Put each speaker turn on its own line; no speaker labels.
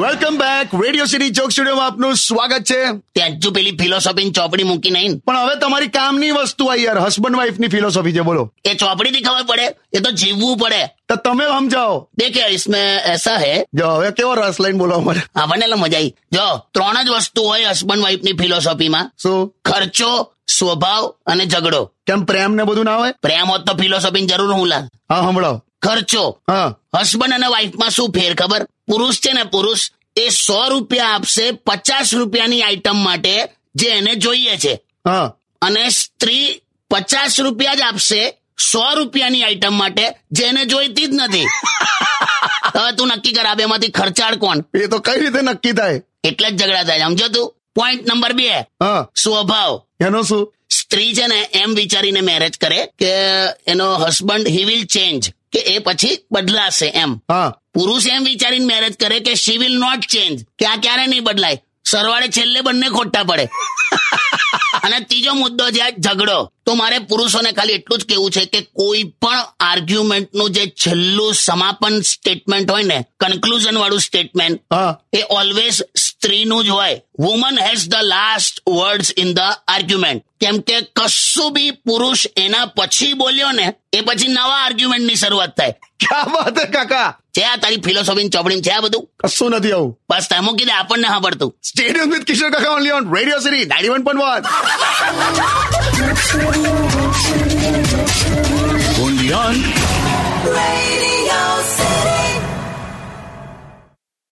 Welcome back Radio City joke studio આપનું સ્વાગત છે
ત્યાં હજુ પેલી ફિલોસોફીની ચોપડી મૂકી નહીં
પણ હવે તમારી કામની વસ્તુ આ યાર હસબન્ડ વાઈફ ની ફિલોસોફી છે બોલો
એ ચોપડી થી ખબર પડે એ તો જીવવું પડે
તો તમે સમજાવો
દેખે इसमें ऐसा है
જો હવે કેવો રસ લઈને બોલો મને
આપણને એટલે મજા આવી જો ત્રણ જ વસ્તુ હોય હસબન્ડ વાઈફ ની ફિલોસોફીમાં
શું
ખર્ચો સ્વભાવ અને ઝઘડો
કેમ પ્રેમ ને બધું ના હોય
પ્રેમ હોત તો ફિલોસોફી જરૂર હું લા
હા સંભળાવો
ખર્ચો
હા
હસબન્ડ અને વાઈફમાં શું ફેર ખબર પુરુષ છે ને પુરુષ એ સો રૂપિયા આપશે પચાસ રૂપિયાની આઈટમ માટે જે એને જોઈએ છે
હા
અને સ્ત્રી પચાસ રૂપિયા જ આપશે સો રૂપિયાની આઈટમ માટે જેને જોઈતી જ નથી હવે તું નક્કી કર આ બેમાંથી ખર્ચાળ કોણ
એ તો કઈ રીતે નક્કી થાય
એટલે જ ઝઘડા થાય સમજો તું પોઈન્ટ નંબર બે
હા
સ્વભાવ
એનો શું
સ્ત્રી છે ને એમ વિચારીને મેરેજ કરે કે એનો હસબન્ડ હી વિલ ચેન્જ કે એ પછી બદલાશે એમ
હા
પુરુષ એમ વિચારીને મેરેજ કરે કે શી વિલ નોટ ચેન્જ કે આ ક્યારે નહીં બદલાય સરવાળે છેલ્લે બંને ખોટા પડે અને ત્રીજો મુદ્દો છે આ ઝઘડો તો મારે પુરુષોને ખાલી એટલું જ કેવું છે કે કોઈ પણ આર્ગ્યુમેન્ટનું જે છેલ્લું સમાપન સ્ટેટમેન્ટ હોય ને કન્ક્લુઝન વાળું સ્ટેટમેન્ટ
હા
એ ઓલવેઝ સ્ત્રીનું જ હોય woman has the last words in the argument કેમ કે કશું બી પુરુષ એના પછી બોલ્યો ને એ પછી નવા આર્ગ્યુમેન્ટની શરૂઆત થાય
ક્યાં વાત હે કાકા
છે આ તારી ફિલોસોફી ચોપડી છે આ બધું
કશું નથી આવું
બસ તમે મૂકી દે આપણને સાંભળતું
stadium with Kishore Kaka only on Radio City ninety one point one
Radio City.